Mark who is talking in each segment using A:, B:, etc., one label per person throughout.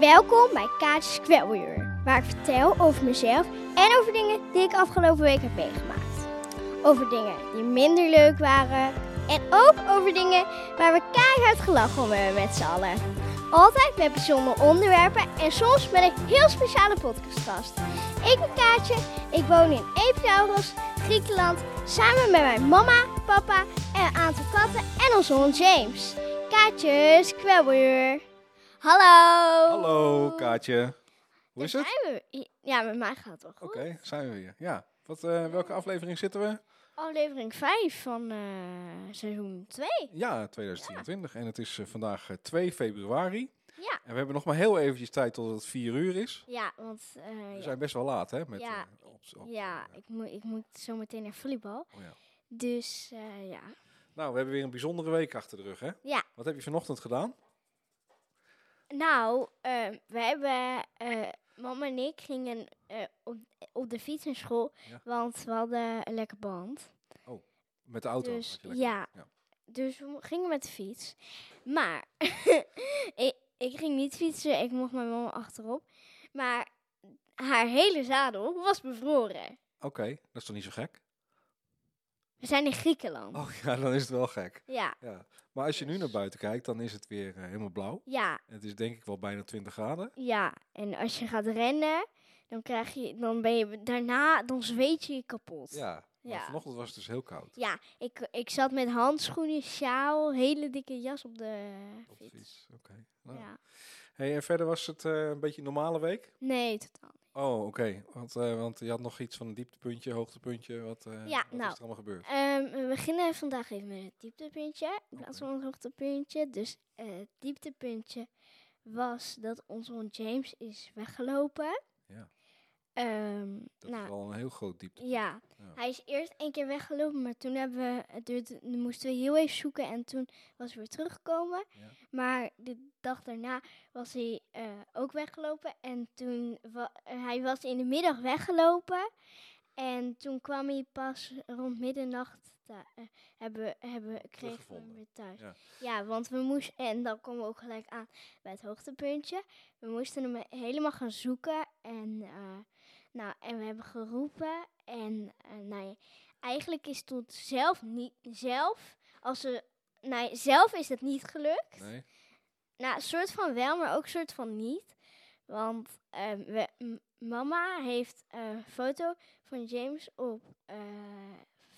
A: Welkom bij Kaatjes Kwelweer, waar ik vertel over mezelf en over dingen die ik afgelopen week heb meegemaakt. Over dingen die minder leuk waren en ook over dingen waar we keihard gelachen om hebben met z'n allen. Altijd met bijzondere onderwerpen en soms met een heel speciale podcastgast. Ik ben Kaatje, ik woon in Epiauros, Griekenland, samen met mijn mama, papa en een aantal katten en onze hond James. Kaatjes Kwelweer. Hallo!
B: Hallo
A: Oh.
B: Kaatje. Hoe is
A: Daar
B: het?
A: zijn we. Ja, met mij gaat het wel goed.
B: Oké, zijn we weer. Ja. Wat, eh, welke aflevering zitten we?
A: Aflevering 5 van eh, seizoen 2.
B: Ja, 2023. En het is eh, vandaag eh, 2 februari.
A: Ja.
B: En we hebben nog maar heel eventjes tijd tot het 4 uur is.
A: Ja, want eh,
B: We
A: ja,
B: zijn best wel laat, hè? Met,
A: Ja.
B: eh, op- op-
A: ja, ik, moet, ik moet zo meteen naar volleybal.
B: Oh ja.
A: Dus eh, ja.
B: Nou, we hebben weer een bijzondere week achter de rug, hè?
A: Ja.
B: Wat heb je vanochtend gedaan?
A: Nou, eh, we hebben. eh, mama en ik gingen eh, op, op de fiets naar school,
B: Ja.
A: want we hadden een lekker band.
B: Met de auto.
A: Dus
B: had je lekker-
A: ja.
B: ja.
A: Dus we mo- gingen met de fiets. Maar ik, ik ging niet fietsen, ik mocht mijn mama achterop. Maar haar hele zadel was bevroren.
B: Oké, dat is toch niet zo gek?
A: We zijn in Griekenland.
B: Oh ja, dan is het wel gek.
A: Ja,
B: Ja. Maar als je nu
A: Dus.
B: naar buiten kijkt, dan is het weer eh, helemaal blauw.
A: ja,
B: Het is denk ik wel bijna 20 graden.
A: ja. En als je gaat rennen, dan, krijg je, dan ben je daarna, dan zweet je je kapot.
B: Ja. Maar
A: Ja.
B: vanochtend was het dus heel koud.
A: Ja, ik, ik zat met handschoenen, sjaal, hele dikke jas op de
B: Op de
A: fiets.
B: fiets, oké. Nou.
A: Ja.
B: Hey, en verder was het eh, een beetje een normale week?
A: Nee, totaal.
B: Oh, oké. Want, eh, want je had nog iets van een dieptepuntje, hoogtepuntje. Wat, eh,
A: Ja,
B: wat is
A: nou.
B: er allemaal gebeurd?
A: Ehm, we beginnen vandaag even met het dieptepuntje. In plaats van het hoogtepuntje. Dus eh, het dieptepuntje was dat onze hond James is weggelopen.
B: Ja.
A: Ehm,
B: Dat
A: nou,
B: is wel een heel groot diepte.
A: ja.
B: Ja.
A: Hij is eerst één keer weggelopen, maar toen hebben we, het duurde- moesten we heel even zoeken en toen was hij weer teruggekomen.
B: Ja.
A: Maar de dag daarna was hij eh, ook weggelopen en toen wa- eh, hij was in de middag weggelopen en toen kwam hij pas rond middernacht. thu- eh, hebben, hebben, kregen we hem
B: Teruggevonden.
A: weer thuis.
B: Ja.
A: want we moesten, en dan komen we ook gelijk aan bij het hoogtepuntje. We moesten hem helemaal gaan zoeken en eh, nou, en we hebben geroepen. En eh, nou ja, eigenlijk is het tot zelf niet zelf. Als ze, nou, ja, zelf is het niet gelukt.
B: Nee?
A: Nou, soort van wel, maar ook soort van niet. Want eh, we, m- mama heeft eh, een foto van James op eh,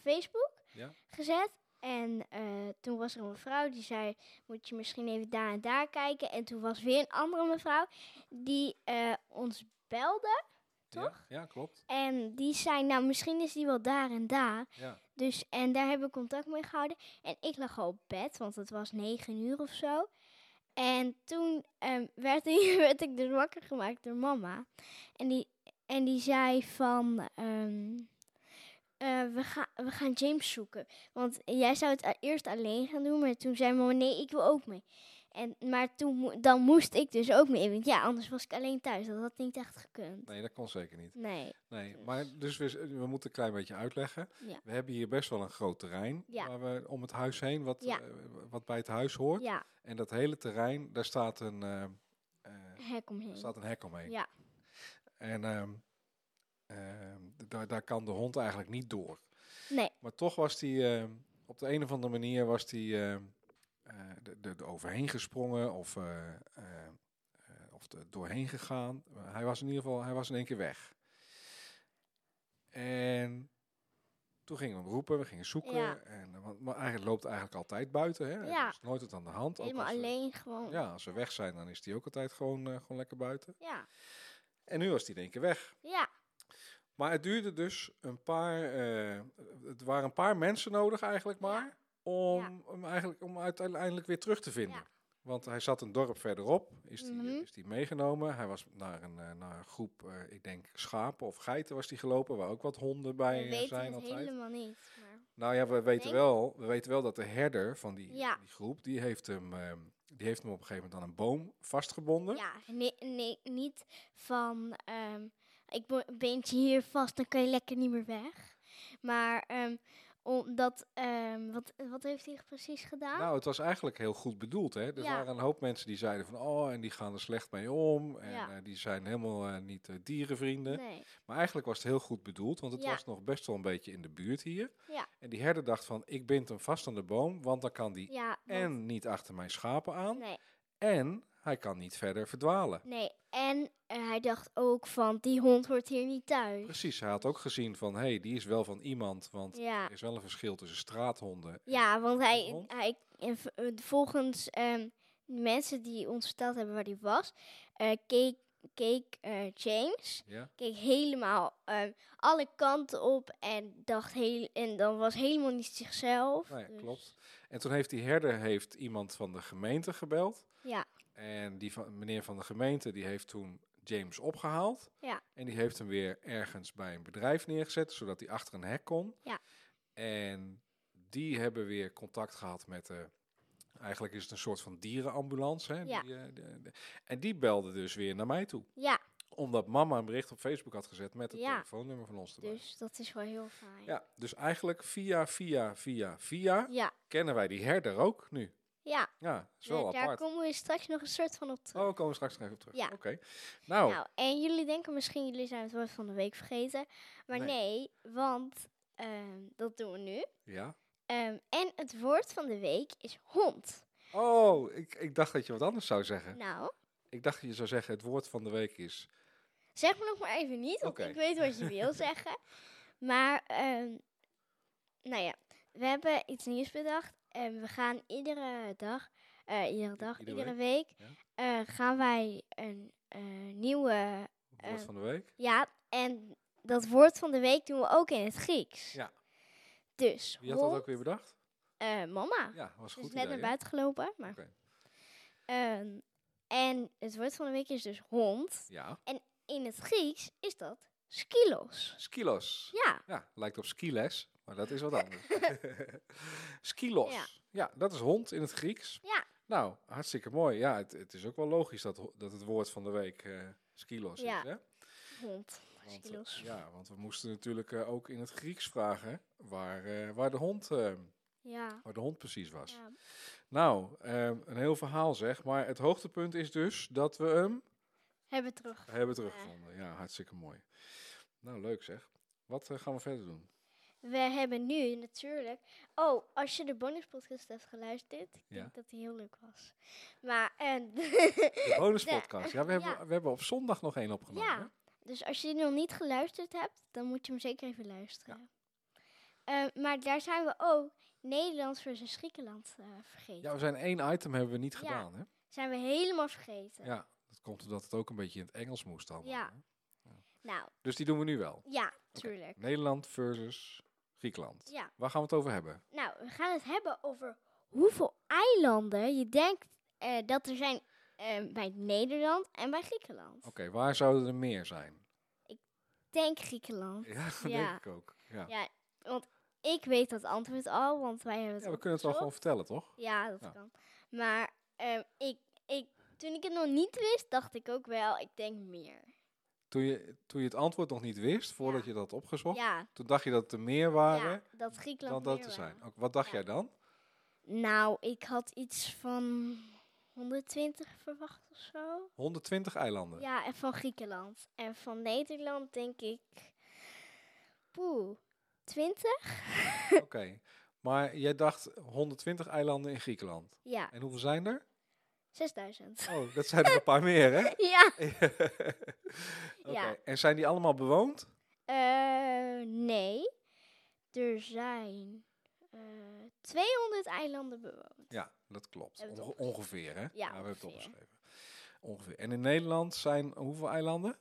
A: Facebook
B: Ja.
A: gezet. En eh, toen was er een mevrouw die zei, moet je misschien even daar en daar kijken. En toen was weer een andere mevrouw die eh, ons belde. Toch?
B: Ja, ja, klopt.
A: En die zei, nou misschien is die wel daar en daar.
B: Ja.
A: Dus, en daar hebben we contact mee gehouden. En ik lag al op bed, want het was negen uur of zo. En toen ehm, werd, ik, werd ik dus wakker gemaakt door mama. En die, en die zei van, ehm, eh, we, gaan we gaan James zoeken. Want jij zou het a- eerst alleen gaan doen, maar toen zei mama, nee, ik wil ook mee. En, maar toen, mo- dan moest ik dus ook mee, want ja, anders was ik alleen thuis. Dat had niet echt gekund.
B: Nee, dat kon zeker niet.
A: Nee.
B: Nee,
A: Dus-
B: maar dus we, z- we moeten een klein beetje uitleggen.
A: Ja.
B: We hebben hier best wel een groot terrein
A: Ja.
B: waar we om het huis heen, wat,
A: Ja.
B: eh, wat bij het huis hoort.
A: Ja,
B: En dat hele terrein, daar staat een, eh, eh,
A: hek
B: Er
A: omheen.
B: staat een hek omheen.
A: Ja.
B: En ehm, ehm, d- daar, daar kan de hond eigenlijk niet door.
A: Nee.
B: Maar toch was die ehm, op de een of andere manier was die ehm, eh, de de- de overheen gesprongen of, eh, eh, eh, of er doorheen gegaan. Maar Hij was in ieder geval, hij was in één keer weg. En toen gingen we hem roepen, we gingen zoeken.
A: Ja.
B: En, eh, want, maar eigenlijk loopt eigenlijk altijd buiten. Hè?
A: Ja.
B: Er is nooit het aan de hand. ook
A: Helemaal
B: als we-
A: alleen gewoon.
B: ja, als we weg zijn, dan is die ook altijd gewoon, eh, gewoon lekker buiten.
A: Ja,
B: En nu was die in één keer weg.
A: ja,
B: Maar het duurde dus een paar. eh, het waren een paar mensen nodig eigenlijk maar. Om hem eigenlijk om uiteindelijk weer terug te vinden.
A: Ja.
B: Want hij zat een dorp verderop, is die, eh,
A: Mhm.
B: is die meegenomen. Hij was naar een, eh, naar een groep, eh, ik denk schapen of geiten was die gelopen, waar ook wat honden bij
A: we
B: eh,
A: weten
B: zijn
A: het
B: altijd.
A: helemaal niet. Maar
B: Nou ja, we weten,
A: Denk-
B: wel, we weten wel dat de herder van die,
A: Ja.
B: van die groep, die heeft, hem, ehm, die heeft hem op een gegeven moment aan een boom vastgebonden.
A: ja, nee, nee, niet van, ehm, ik bo- bind je hier vast, dan kan je lekker niet meer weg. Maar ehm, Omdat, ehm, wat, wat heeft hij precies gedaan?
B: Nou, het was eigenlijk heel goed bedoeld. Hè? Er
A: Ah. Ja.
B: waren een hoop mensen die zeiden van, oh, en die gaan er slecht mee om. En
A: Ja.
B: eh, die zijn helemaal eh, niet eh, dierenvrienden.
A: nee.
B: Maar eigenlijk was het heel goed bedoeld, want het
A: Ja.
B: was nog best wel een beetje in de buurt hier.
A: Ja.
B: En die herder dacht van, ik bind hem vast aan de boom, want dan kan die
A: Ja, want-
B: en niet achter mijn schapen aan.
A: Nee,
B: En hij kan niet verder verdwalen.
A: nee. En eh, hij dacht ook van, die hond hoort hier niet thuis.
B: Precies, hij had ook gezien van, hé, hey, die is wel van iemand, want
A: Ja,
B: er is wel een verschil tussen straathonden.
A: ja want hij,
B: hond?
A: hij en v- eh, volgens ehm, de mensen die ons verteld hebben waar hij was, eh, keek, keek eh, James
B: Ja,
A: keek helemaal ehm, alle kanten op en dacht heel, en dan was helemaal niet zichzelf.
B: nou ja,
A: dus-
B: klopt. En toen heeft die herder heeft iemand van de gemeente gebeld.
A: Ja.
B: En die van, meneer van de gemeente die heeft toen James opgehaald.
A: Ja.
B: En die heeft hem weer ergens bij een bedrijf neergezet, zodat hij achter een hek kon.
A: Ja.
B: En die hebben weer contact gehad met de. Eigenlijk is het een soort van dierenambulance. Hè?
A: Ja.
B: Die, eh, de- de- en die belde dus weer naar mij toe.
A: Ja,
B: Omdat mama een bericht op Facebook had gezet met het
A: Ja.
B: telefoonnummer van ons erbij.
A: dus dat is wel heel fijn.
B: Ja, dus eigenlijk via, via, via, via
A: ja,
B: kennen wij die herder ook nu.
A: ja.
B: Ja, dat is wel
A: Eh, daar
B: apart.
A: komen we straks nog een soort van op terug.
B: Oh, we komen we straks nog even op terug.
A: Ja.
B: Oké. Nou,
A: Nou, en jullie denken misschien, jullie zijn het woord van de week vergeten. Maar
B: Nee.
A: nee, want ehm, dat doen we nu.
B: ja.
A: Ehm, en het woord van de week is hond.
B: Oh, ik, ik dacht dat je wat anders zou zeggen.
A: Nou,
B: Ik dacht dat je zou zeggen, het woord van de week is...
A: zeg me nog maar even niet, want
B: Oké.
A: ik weet wat je wil zeggen. Maar, ehm, nou ja, we hebben iets nieuws bedacht. En we gaan iedere dag, eh, iedere dag,
B: iedere
A: iedere, week,
B: ja.
A: eh, gaan wij een eh, nieuwe
B: Het woord
A: Eh,
B: van de week.
A: Ja, en dat woord van de week doen we ook in het Grieks.
B: Ja.
A: Dus,
B: Wie had dat
A: hond,
B: ook weer bedacht?
A: eh, mama.
B: Ja, was
A: Ze
B: een
A: is net
B: goed idee.
A: naar
B: hè?
A: buiten gelopen. Maar.
B: Oké.
A: Ehm, en het woord van de week is dus hond.
B: Ja.
A: In het Grieks is dat skilos.
B: Skilos.
A: Ja,
B: Ja, lijkt op skiles, maar dat is wat anders. Skilos. Ja.
A: Ja.
B: dat is hond in het Grieks.
A: Ja.
B: Nou, hartstikke mooi. Ja, het, het is ook wel logisch dat, ho- dat het woord van de week eh skilos
A: Ja.
B: is. Hè?
A: hond.
B: Want, eh,
A: Skilos.
B: ja, want we moesten natuurlijk eh, ook in het Grieks vragen waar, eh, waar, de hond, eh,
A: Ja.
B: waar de hond precies was.
A: ja.
B: Nou, ehm, een heel verhaal zeg, maar het hoogtepunt is dus dat we hem
A: Hebben we terug.
B: hebben teruggevonden. Ja, hartstikke mooi. Nou, leuk zeg. Wat eh, gaan we verder doen?
A: We hebben nu natuurlijk. Oh, als je de bonus podcast hebt geluisterd, ik
B: Ja.
A: denk dat die heel leuk was. Maar ehm, en
B: De bonuspodcast. Ja, we hebben,
A: ja.
B: we hebben op zondag nog één opgenomen.
A: Ja, dus als je die nog niet geluisterd hebt, dan moet je hem zeker even luisteren. Eh, maar daar zijn we ook Nederlands versus Griekenland eh, vergeten.
B: Ja, we zijn één item hebben we niet
A: Ja.
B: gedaan, hè?
A: Zijn we helemaal vergeten.
B: Ja, dat komt omdat het ook een beetje in het Engels moest allemaal.
A: Ja.
B: hè?
A: Nou,
B: Dus die doen we nu wel.
A: ja, tuurlijk.
B: Nederland versus Griekenland.
A: Ja,
B: Waar gaan we het over hebben?
A: nou, we gaan het hebben over hoeveel eilanden je denkt eh, dat er zijn eh, bij Nederland en bij Griekenland.
B: Oké, waar zouden er meer zijn?
A: Denk Griekenland.
B: Ja, dat
A: Ja.
B: denk ik ook. Ja.
A: Ja. want ik weet dat antwoord al, want wij hebben het
B: Ja, we kunnen het
A: opgezocht.
B: wel gewoon vertellen, toch?
A: Ja, dat
B: Ja.
A: kan. Maar ehm, ik, ik, toen ik het nog niet wist, dacht ik ook wel, ik denk meer.
B: Toen je, toen je het antwoord nog niet wist, voordat
A: Ja.
B: je dat had opgezocht,
A: ja,
B: toen dacht je dat er meer waren
A: ja, dat Griekenland
B: dan dat
A: meer
B: er
A: waren.
B: zijn. Ook, wat dacht
A: Ja.
B: jij dan?
A: Nou, ik had iets van 120 verwacht of zo.
B: 120 eilanden.
A: Ja, en van Griekenland. En van Nederland denk ik, poeh, 20?
B: Oké. Maar jij dacht 120 eilanden in Griekenland.
A: Ja,
B: En hoeveel zijn er?
A: 6000.
B: Oh, dat zijn er een paar meer, hè?
A: ja,
B: Oké,
A: Ja.
B: En zijn die allemaal bewoond?
A: eh, nee, er zijn eh 200 eilanden bewoond.
B: Ja, dat klopt.
A: Hebben we het
B: Onge- ongeveer, hè? we hebben het
A: ongeveer.
B: opgeschreven. Ongeveer. En in Nederland zijn hoeveel eilanden?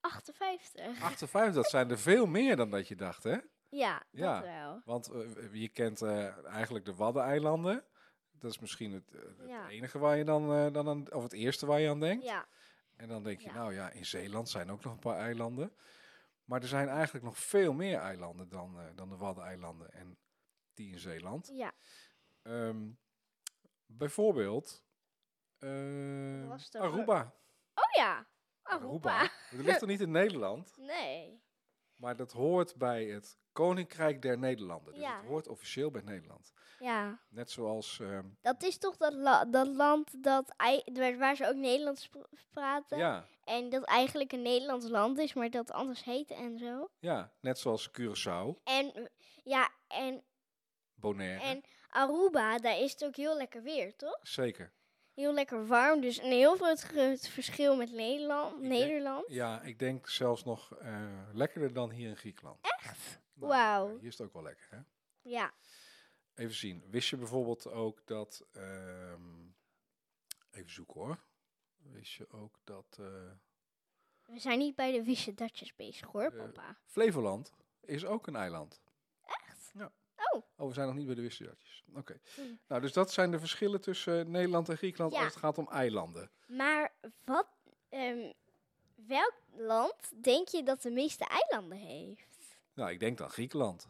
A: 58.
B: 58. Dat zijn er veel meer dan dat je dacht, hè?
A: Ja,
B: Ja.
A: dat wel.
B: Want eh, je kent eh, eigenlijk de Waddeneilanden. Dat is misschien het, eh, het
A: Ja.
B: enige waar je dan, eh, dan aan, of het eerste waar je aan denkt.
A: Ja,
B: En dan denk je,
A: Ja.
B: nou ja, in Zeeland zijn ook nog een paar eilanden. Maar er zijn eigenlijk nog veel meer eilanden dan, eh, dan de Waddeneilanden en die in Zeeland.
A: ja.
B: Ehm, bijvoorbeeld eh,
A: was het ook?
B: Aruba.
A: Oh ja, Aruba.
B: Dat ligt toch niet in Nederland?
A: Nee.
B: Maar dat hoort bij het Koninkrijk der Nederlanden. Dus
A: Ja.
B: het hoort officieel bij Nederland.
A: Ja.
B: Net zoals, ehm,
A: Dat is toch dat, la- dat land dat, ei- waar- waar ze ook Nederlands pr- praten.
B: ja,
A: En dat eigenlijk een Nederlands land is, maar dat anders heet en zo.
B: ja, net zoals Curaçao,
A: En ja, en,
B: Bonaire,
A: en Aruba, daar is het ook heel lekker weer, toch?
B: zeker.
A: Heel lekker warm, dus een heel groot gro- verschil met Nederland.
B: denk-
A: Nederland.
B: Ja, ik denk zelfs nog eh, lekkerder dan hier in Griekenland. Echt?
A: Wauw.
B: Hier is het ook wel lekker, hè?
A: Ja,
B: Even zien. Wist je bijvoorbeeld ook dat. ehm, even zoeken hoor. Wist je ook dat. eh,
A: we zijn niet bij de Wiese Datjes bezig hoor,
B: Eh,
A: papa.
B: Flevoland is ook een eiland.
A: Echt?
B: Ja.
A: Oh.
B: Oh, we zijn nog niet bij de Wisterjartjes. Oké.
A: Hmm.
B: Nou, dus dat zijn de verschillen tussen eh, Nederland en Griekenland
A: Ja.
B: als het gaat om eilanden.
A: Maar wat, ehm, welk land denk je dat de meeste eilanden heeft?
B: Nou, ik denk dan Griekenland.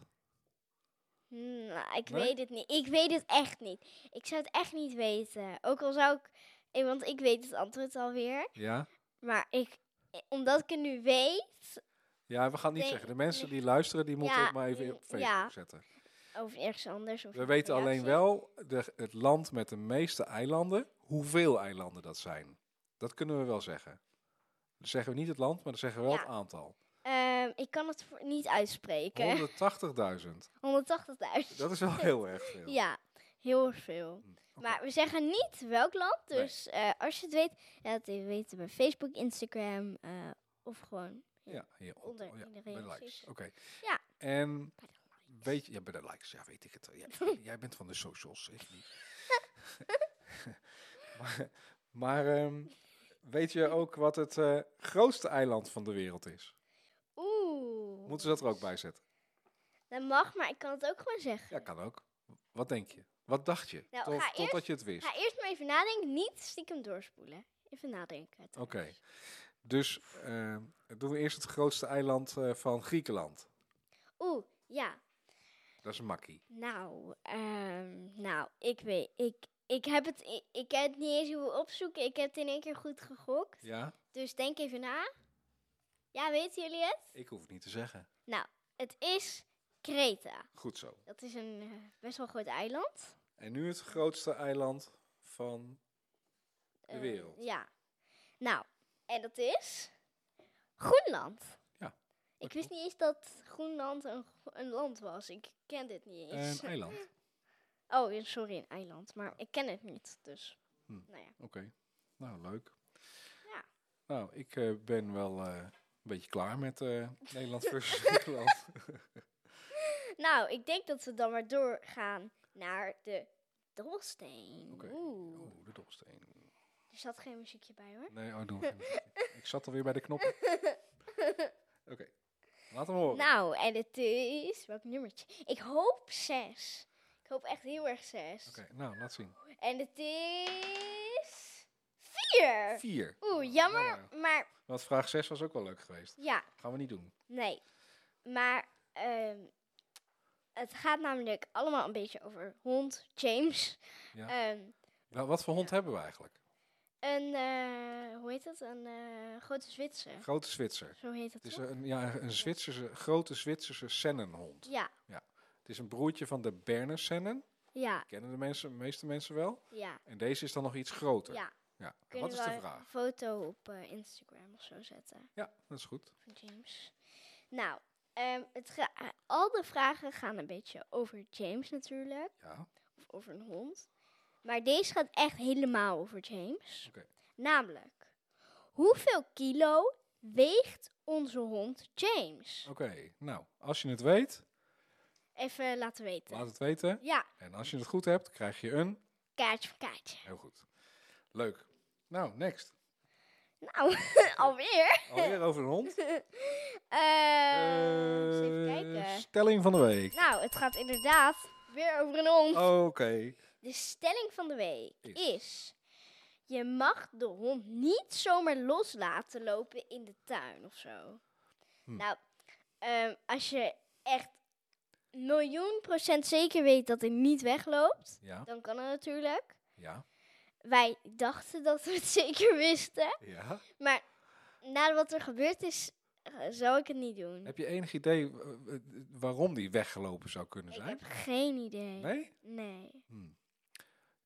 A: Hmm, nou, ik
B: Nee?
A: weet het niet. Ik weet het echt niet. Ik zou het echt niet weten. Ook al zou ik, eh, want ik weet het antwoord alweer.
B: Ja?
A: Maar ik, eh, omdat ik het nu weet,
B: Ja, we gaan het niet
A: Nee,
B: zeggen. De mensen die luisteren, die moeten
A: Ja,
B: het maar even op
A: mm,
B: Facebook
A: ja.
B: zetten.
A: of ergens anders. Of
B: We weten alleen
A: reactie.
B: wel de, het land met de meeste eilanden, hoeveel eilanden dat zijn. Dat kunnen we wel zeggen. Dan zeggen we niet het land, maar dan zeggen we wel
A: Ja.
B: het aantal.
A: Ehm, ik kan het voor- niet uitspreken.
B: 180.000.
A: 180.000.
B: Dat is wel heel erg veel.
A: Ja, heel veel.
B: Hm, oké.
A: Maar we zeggen niet welk land.
B: Nee.
A: Dus eh, als je het weet, laat het even weten bij Facebook, Instagram eh, of gewoon
B: Ja, hier op-
A: onder
B: oh
A: in de
B: bij de
A: reacties.
B: likes. Oké.
A: Ja.
B: En
A: bij de likes.
B: weet je, ja, bij de likes, ja, weet ik het. Jij, jij bent van de socials, ik niet. maar maar ehm, weet je ook wat het eh, grootste eiland van de wereld is?
A: Oeh.
B: Oh. Moeten ze dat er ook bij zetten?
A: Dat mag, maar ik kan het ook gewoon zeggen.
B: Ja, kan ook. Wat denk je? Wat dacht je?
A: Nou,
B: Tot-
A: ga eerst-
B: totdat je het wist.
A: Ga e- eerst maar even nadenken. Niet stiekem doorspoelen. Even nadenken.
B: Oké.
A: trouwens.
B: Dus ehm, doen we eerst het grootste eiland eh, van Griekenland.
A: Oeh, ja.
B: Dat is een makkie.
A: Nou, ehm, nou, ik weet, ik, ik heb het, ik, ik heb het niet eens hoeven opzoeken. Ik heb het in één keer goed gegokt.
B: Ja?
A: Dus denk even na. Ja, weten jullie het?
B: Ik hoef het niet te zeggen.
A: Het is Kreta.
B: Goed zo.
A: Dat is een eh, best wel groot eiland.
B: En nu het grootste eiland van De
A: Eh,
B: wereld.
A: ja. Nou, en dat is Groenland.
B: Ja, dat
A: Ik
B: klopt.
A: wist niet eens dat Groenland een, gro- een land was. Ik ken dit niet eens.
B: een eiland. Oké.
A: Oh, ja, sorry, een eiland. Maar ik ken het niet, dus...
B: Hm.
A: Nou ja.
B: Nou, leuk.
A: Ja.
B: Nou, ik eh, ben wel eh, een beetje klaar met eh, Nederland versus Griekenland.
A: Nou, ik denk dat we dan maar doorgaan naar de Dolsteen.
B: Oké.
A: Oeh.
B: Oeh, de dobbelsteen.
A: Er zat geen muziekje bij, hoor.
B: Nee, oh, doe maar geen muziekje. Ik zat alweer bij de knoppen. Oké. Laat hem horen.
A: Nou, en het is... Welk nummertje? Ik hoop zes. Ik hoop echt heel erg zes.
B: Oké, nou, laat zien.
A: En het is... Vier!
B: Vier.
A: Oeh, jammer, maar
B: Want vraag 6 was ook wel leuk geweest.
A: ja,
B: Gaan we niet doen.
A: nee. Maar ehm, het gaat namelijk allemaal een beetje over hond, James.
B: Ja.
A: Ehm,
B: Wel, Nou, wat voor hond hebben we eigenlijk?
A: een, eh, hoe heet dat? Een eh, grote Zwitser.
B: Grote Zwitser.
A: Zo heet dat
B: Het is
A: toch?
B: een, ja, een Zwitserse, grote Zwitserse sennenhond.
A: Ja,
B: Het is een broertje van de Berner Sennen.
A: ja,
B: Kennen de, mensen, de meeste mensen wel.
A: ja,
B: En deze is dan nog iets groter.
A: ja.
B: Ja, en
A: Kunnen
B: Wat is de
A: we een
B: vraag?
A: foto op eh, Instagram of zo zetten?
B: Ja, dat is goed.
A: van James. Nou, ehm, het ga- eh, al de vragen gaan een beetje over James natuurlijk,
B: Ja.
A: of over een hond. Maar deze gaat echt helemaal over James.
B: Oké.
A: Namelijk, hoeveel kilo weegt onze hond James?
B: Oké, nou, als je het weet,
A: Even laten weten.
B: laat het weten.
A: Ja,
B: En als je het goed hebt, krijg je een.
A: kaartje voor kaartje.
B: Heel goed. Leuk. Nou, next.
A: Nou, alweer.
B: Alweer over een hond.
A: Eh, eens even
B: Eh,
A: kijken.
B: stelling van de week.
A: Nou, het gaat inderdaad weer over een hond.
B: Oké.
A: De stelling van de week
B: Oh. Is.
A: is. Je mag de hond niet zomaar los laten lopen in de tuin of zo.
B: Hm.
A: Nou, ehm, als je echt miljoen procent zeker weet dat hij niet wegloopt,
B: Ja,
A: dan kan het natuurlijk.
B: ja,
A: Wij dachten dat we het zeker wisten,
B: ja.
A: maar na wat er gebeurd is, eh, zou ik het niet doen.
B: Heb je enig idee eh, eh, waarom die weggelopen zou kunnen
A: ik
B: zijn?
A: heb geen idee.
B: Nee?
A: Nee.
B: Hm.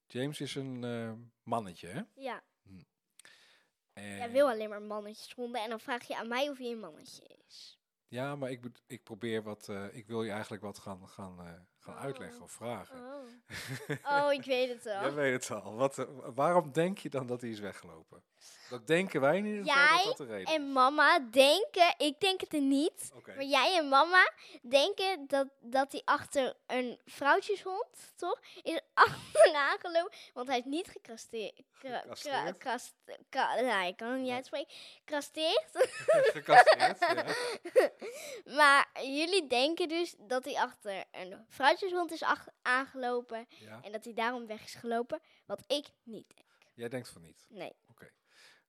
B: James is een eh, mannetje, hè?
A: Ja,
B: En-
A: jij wil alleen maar mannetjes ronden en dan vraag je aan mij of je een mannetje is.
B: Ja, maar ik, bedo- ik probeer wat. eh, ik wil je eigenlijk wat gaan, gaan, eh, gaan
A: Oh.
B: uitleggen of vragen.
A: Oh, ik weet het wel.
B: Jij weet het al. Wat, eh, waarom denk je dan dat hij is weggelopen? Dat denken wij in ieder geval
A: Jij
B: dat dat de reden
A: En mama denken, ik denk het er niet,
B: is. Oké.
A: maar jij en mama denken dat, dat hij achter een vrouwtjeshond, toch, is achterna gelopen, want hij is niet gecrasteerd.
B: Gecastreerd?
A: nou, ik kan het niet
B: Nee.
A: uitspreken. Crasteerd.
B: Gecastreerd, ja.
A: Maar jullie denken dus dat hij achter een vrouwtjeshond is ach- aangelopen
B: ja.
A: en dat hij daarom weg is gelopen, wat ik niet denk.
B: Jij denkt van niet.
A: Nee.
B: Oké.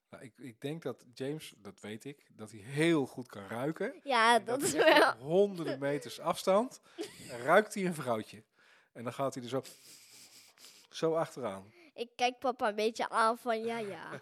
B: Nou, ik, ik denk dat James, dat weet ik, dat hij heel goed kan ruiken.
A: Ja,
B: En
A: dat is
B: hij echt
A: wel.
B: Op honderden meters afstand ruikt hij een vrouwtje. En dan gaat hij er zo, zo achteraan.
A: Ik kijk papa een beetje aan van ja, ja.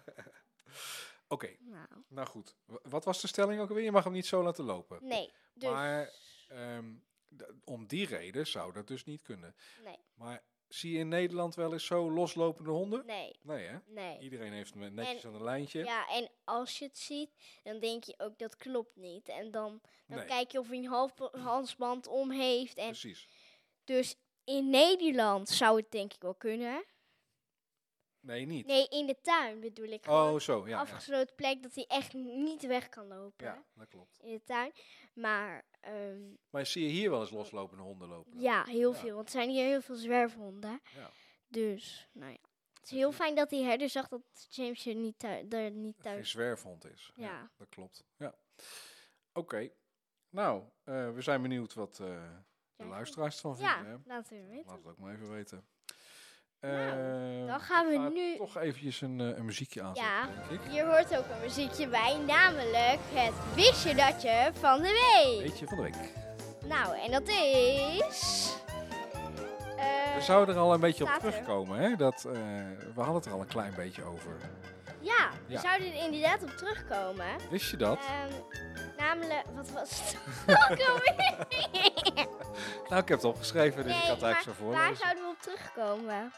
B: Oké,
A: Nou,
B: nou goed. W- Wat was de stelling ook alweer? Je mag hem niet zo laten lopen.
A: nee. Dus,
B: Maar- Ehm, d- om die reden zou dat dus niet kunnen.
A: Nee.
B: Maar zie je in Nederland wel eens zo loslopende honden?
A: nee,
B: Nee, hè?
A: nee.
B: Iedereen heeft hem netjes aan een lijntje.
A: Ja, en als je het ziet, dan denk je ook dat klopt niet. En dan, dan
B: Nee.
A: kijk je of hij een half halsband om heeft. En
B: Precies.
A: dus in Nederland zou het denk ik wel kunnen.
B: Nee, niet.
A: Nee, in de tuin bedoel ik.
B: Oh, zo, ja. Ja,
A: afgesloten plek dat hij echt niet weg kan lopen
B: ja, dat klopt.
A: in de tuin. Maar ehm,
B: Maar zie je hier wel eens loslopende honden lopen?
A: ja, heel
B: Ja.
A: veel. Want er zijn hier heel veel zwerfhonden.
B: Ja.
A: Dus, nou ja. Het is heel fijn dat die herder zag dat James er niet, thui- er niet
B: Dat geen
A: thuis
B: zwerfhond is.
A: Ja.
B: Dat klopt. Ja. Oké. Nou, eh, we zijn benieuwd wat eh, de
A: Ja.
B: luisteraars ervan
A: Ja,
B: vinden.
A: laten we
B: hè?
A: weten.
B: Laat het ook maar even weten.
A: Nou,
B: Eh,
A: dan gaan
B: ik
A: we
B: ga
A: nu-
B: toch eventjes een, eh, een muziekje aanzetten,
A: Ja.
B: denk ik.
A: Hier hoort ook een muziekje bij, namelijk het Wist je dat je van de week.
B: Beetje van de week.
A: Nou, en dat is... eh,
B: We zouden er al een beetje op
A: staat er.
B: terugkomen, hè? Dat, eh, we hadden het er al een klein beetje over.
A: Ja, we
B: Ja.
A: zouden er inderdaad op terugkomen.
B: Wist je dat?
A: Ehm, namelijk, wat was het ook alweer?
B: Nou, ik heb het opgeschreven, dus ik
A: Nee,
B: had het
A: maar
B: eigenlijk zo
A: waar
B: voorlezen.
A: zouden we op terugkomen?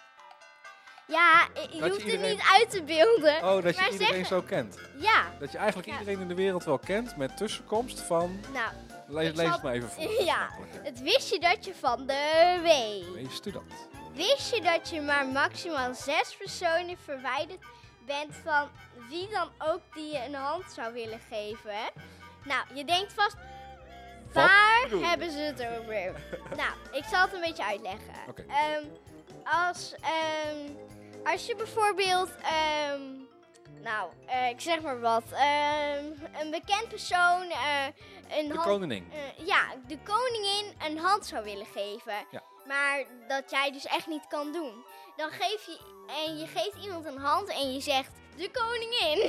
A: Ja, eh, je
B: je
A: hoeft het
B: iedereen-
A: niet uit te beelden.
B: Oh, dat je
A: maar
B: iedereen zo kent.
A: Ja,
B: Dat je eigenlijk
A: Ja.
B: iedereen in de wereld wel kent met tussenkomst van...
A: nou,
B: Lees,
A: Ik
B: lees
A: zal-
B: het maar even voor. dat is
A: Ja.
B: makkelijker.
A: het wist je dat je van de week.
B: Wees student.
A: Wist je dat je maar maximaal zes personen verwijderd bent van wie dan ook die je een hand zou willen geven? Nou, je denkt vast, waar
B: bedoel je?
A: hebben ze het over? nou, ik zal het een beetje uitleggen.
B: Oké.
A: Ehm, als, ehm, als je bijvoorbeeld, ehm, nou, eh, ik zeg maar wat, ehm, een bekend persoon eh, een
B: De
A: hand
B: koningin.
A: eh, ja, de koningin een hand zou willen geven.
B: Ja.
A: Maar dat jij dus echt niet kan doen. Dan geef je, en je geeft iemand een hand en je zegt, de koningin.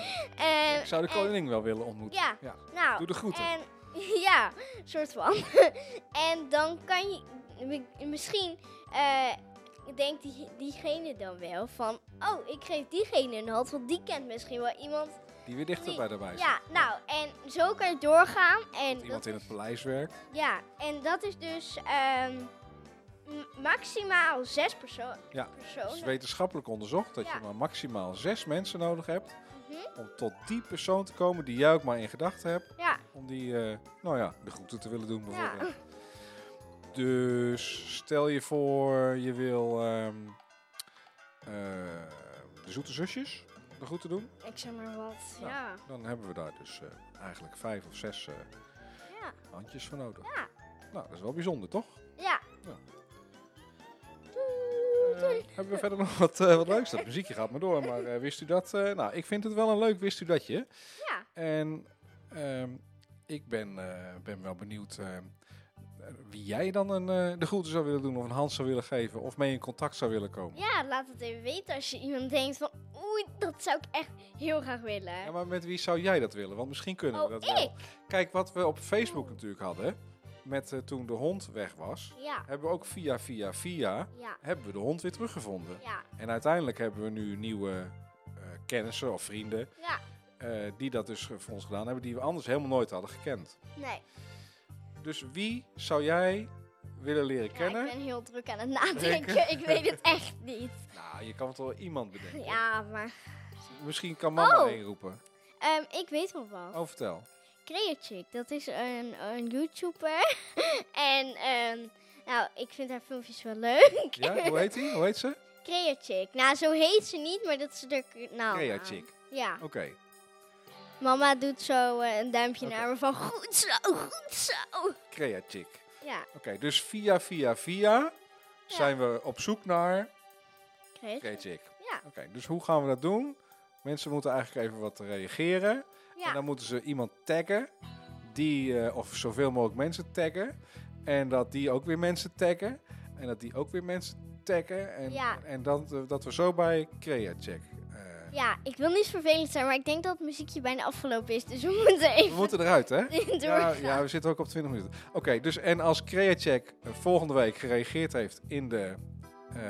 A: Eh,
B: Ik zou de
A: en-
B: koningin wel willen ontmoeten.
A: Ja. nou,
B: Doe de groeten.
A: en, ja, soort van. en dan kan je, mi- misschien eh, denkt die, diegene dan wel van, oh, ik geef diegene een hand, want die kent misschien wel iemand.
B: Die weer dichter
A: die-
B: bij daarbij zit.
A: Ja, nou, en zo kan je doorgaan. En
B: Dat Iemand
A: dat
B: in het paleis werkt.
A: ja, en dat is dus ehm, m- maximaal zes perso
B: Ja, Het is
A: personen.
B: wetenschappelijk onderzocht dat
A: Oh, Ja.
B: je maar maximaal zes mensen nodig hebt
A: Mhm.
B: om tot die persoon te komen die jij ook maar in gedachten hebt.
A: Ja,
B: Om die, eh, nou ja, de groeten te willen doen
A: ja.
B: bijvoorbeeld. Dus stel je voor, je wil ehm, eh, de zoete zusjes de groeten doen.
A: Ik zeg maar wat.
B: Ja.
A: Ja.
B: Dan hebben we daar dus eh, eigenlijk vijf of zes eh,
A: Ja.
B: handjes voor nodig.
A: Ja.
B: Nou, dat is wel bijzonder, toch?
A: Ja.
B: Ja.
A: Doei,
B: Eh,
A: doei.
B: hebben we verder nog wat, eh, wat leuks? Dat muziekje gaat maar door, maar eh, wist u dat? eh, nou, ik vind het wel een leuk wist u datje.
A: Ja.
B: En ehm, ik ben, eh, ben wel benieuwd ehm, wie jij dan een, eh, de groeten zou willen doen of een hand zou willen geven of mee in contact zou willen komen.
A: Ja, laat het even weten als je iemand denkt van oei, dat zou ik echt heel graag willen.
B: Ja, maar met wie zou jij dat willen? Want misschien kunnen
A: oh,
B: we dat
A: ik?
B: wel. Kijk, wat we op Facebook
A: Oh.
B: natuurlijk hadden, met eh, toen de hond weg was,
A: Ja,
B: hebben we ook via, via, via,
A: ja,
B: hebben we de hond weer teruggevonden.
A: ja,
B: En uiteindelijk hebben we nu nieuwe eh, kennissen of vrienden
A: ja,
B: eh, die dat dus eh, voor ons gedaan hebben, die we anders helemaal nooit hadden gekend.
A: Nee.
B: Dus wie zou jij willen leren
A: Ja, ik
B: kennen?
A: ben heel druk aan het nadenken. Ik weet het echt niet.
B: Nou, je kan het wel iemand bedenken.
A: Ja, maar...
B: Misschien kan mama
A: Oh.
B: een roepen.
A: Ehm, ik weet wel wat.
B: Oh, vertel.
A: Creachick, dat is een, een YouTuber. en ehm, nou, ik vind haar filmpjes wel leuk.
B: Ja, hoe heet die? Hoe heet ze?
A: Creachick. Nou, zo heet ze niet, maar dat is de nou.
B: Crea Chick.
A: Ja.
B: Oké.
A: Mama doet zo eh, een duimpje
B: Oké.
A: naar me van goed zo, goed zo.
B: Crea Chick.
A: Ja,
B: Oké, dus via, via, via zijn we op zoek naar Crea
A: Creachick.
B: Chick.
A: Ja,
B: Oké, dus hoe gaan we dat doen? Mensen moeten eigenlijk even wat reageren. En
A: ja.
B: dan moeten ze iemand taggen, die, eh, of zoveel mogelijk mensen taggen. En dat die ook weer mensen taggen. En dat die ook weer mensen taggen. En,
A: Ja.
B: en dat, eh, dat we zo bij Crea Check. eh,
A: Ja, ik wil niet vervelend zijn, maar ik denk dat het muziekje bijna afgelopen is. Dus we moeten
B: We
A: even
B: moeten eruit, hè? Ja,
A: doorgaan.
B: ja, we zitten ook op 20 minuten. Oké, dus en als CreaCheck eh, volgende week gereageerd heeft in de, eh,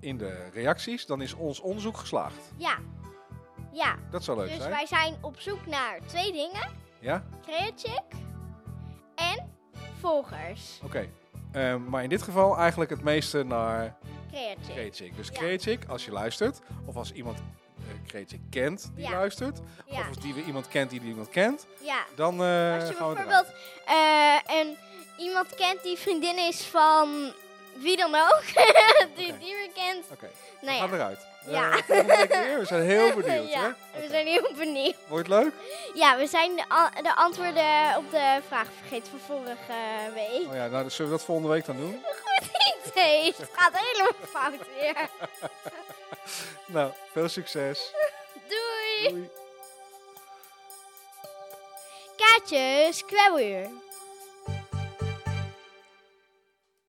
B: in de reacties, dan is ons onderzoek geslaagd.
A: Ja. Ja,
B: Dat zou leuk
A: dus
B: zijn.
A: wij zijn op zoek naar twee dingen.
B: Ja?
A: Creachick en volgers.
B: Oké. Eh, maar in dit geval eigenlijk het meeste naar
A: Creachick.
B: CreaCheck. Dus
A: Ja.
B: CreaCheck, als je luistert, of als iemand eh CreaCheck kent die
A: Ja.
B: luistert, of
A: Ja,
B: als die we iemand kent die iemand kent,
A: ja.
B: dan eh,
A: Als je
B: gaan we
A: bijvoorbeeld eh, een, iemand kent die vriendin is van wie dan ook, die,
B: Oké.
A: die we kent.
B: eruit. Oké,
A: Nou
B: gaan we
A: ja.
B: eruit.
A: Ja.
B: Eh, volgende week weer. we zijn heel benieuwd,
A: ja,
B: hè?
A: we
B: Oké.
A: zijn heel benieuwd.
B: Wordt het leuk?
A: Ja, we zijn de, an- de antwoorden op de vraag vergeten van vorige week.
B: Oh ja, nou, dus zullen we dat volgende week dan doen?
A: Goed idee, het gaat helemaal fout weer.
B: Nou, veel succes.
A: Doei!
B: Doei.
A: Kaatjes, kwelweer.